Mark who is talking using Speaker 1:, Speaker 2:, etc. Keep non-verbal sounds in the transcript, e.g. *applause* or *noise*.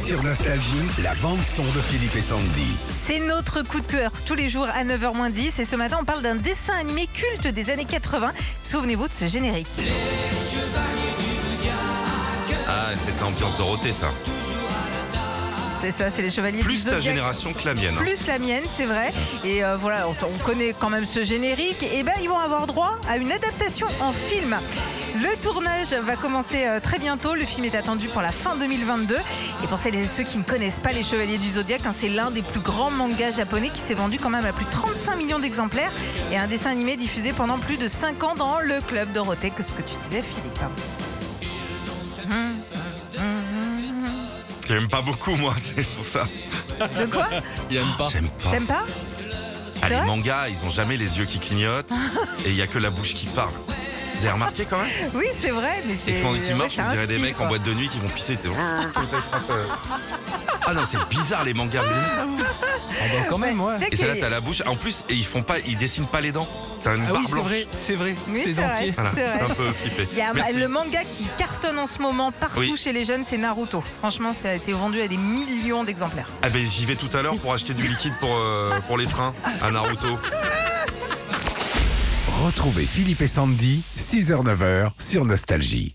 Speaker 1: sur Nostalgie, la bande-son de Philippe et Sandy.
Speaker 2: C'est notre coup de cœur tous les jours à 9h-10 et ce matin on parle d'un dessin animé culte des années 80. Souvenez-vous de ce générique.
Speaker 3: Ah, c'est l'ambiance Dorothée, ça.
Speaker 2: C'est ça, c'est les Chevaliers du
Speaker 3: Plus ta
Speaker 2: Zodiac.
Speaker 3: génération que la mienne. hein.
Speaker 2: Plus la mienne, c'est vrai. Et euh, voilà, on, on connaît quand même ce générique. Et ben, ils vont avoir droit à une adaptation en film. Le tournage va commencer euh, très bientôt. Le film est attendu pour la fin 2022. Et pour celles et ceux qui ne connaissent pas Les Chevaliers du Zodiaque, hein, c'est l'un des plus grands mangas japonais qui s'est vendu quand même à plus de 35 millions d'exemplaires et un dessin animé diffusé pendant plus de 5 ans dans le club Dorothée, que ce que tu disais, Philippe. Hum, hum,
Speaker 3: J'aime pas beaucoup, moi, *laughs* c'est pour ça.
Speaker 2: hum. De quoi
Speaker 4: Il aime pas.
Speaker 3: J'aime pas.
Speaker 2: T'aimes pas
Speaker 3: Ah, les
Speaker 2: vrai
Speaker 3: mangas, ils ont jamais les yeux qui
Speaker 2: *laughs*
Speaker 3: clignotent et il y a que la bouche qui parle. Vous avez remarqué quand même
Speaker 2: Oui, c'est vrai, mais c'est.
Speaker 3: Et quand
Speaker 2: ouais,
Speaker 3: ils marchent,
Speaker 2: c'est
Speaker 3: on
Speaker 2: un
Speaker 3: dirait des
Speaker 2: style,
Speaker 3: mecs en
Speaker 2: quoi.
Speaker 3: boîte de nuit qui vont pisser. t'es- Comme ça, ils passent, euh. Ah non, c'est bizarre les mangas, vous aimez ça vous
Speaker 4: Ah bah, quand même, ouais.
Speaker 2: Tu sais
Speaker 3: Et celle-là,
Speaker 2: que-
Speaker 3: t'as la bouche. En plus, et ils font pas, ils dessinent pas les dents. T'as une
Speaker 4: Ah
Speaker 3: barre
Speaker 4: oui, c'est
Speaker 3: blanche.
Speaker 4: vrai, c'est vrai,
Speaker 2: Oui,
Speaker 4: c'est
Speaker 2: c'est vrai.
Speaker 4: dentier.
Speaker 3: Voilà,
Speaker 2: C'est vrai.
Speaker 3: t'es un peu flippé.
Speaker 2: Il y a un-
Speaker 3: Merci.
Speaker 2: le manga qui cartonne en ce moment partout
Speaker 3: Oui.
Speaker 2: chez les jeunes, c'est Naruto. Franchement, ça a été vendu à des millions d'exemplaires.
Speaker 3: Ah ben, j'y vais tout à l'heure pour acheter du liquide pour, euh, pour les freins à Naruto.
Speaker 1: Retrouvez Philippe et Sandy, 6h-9h sur Nostalgie.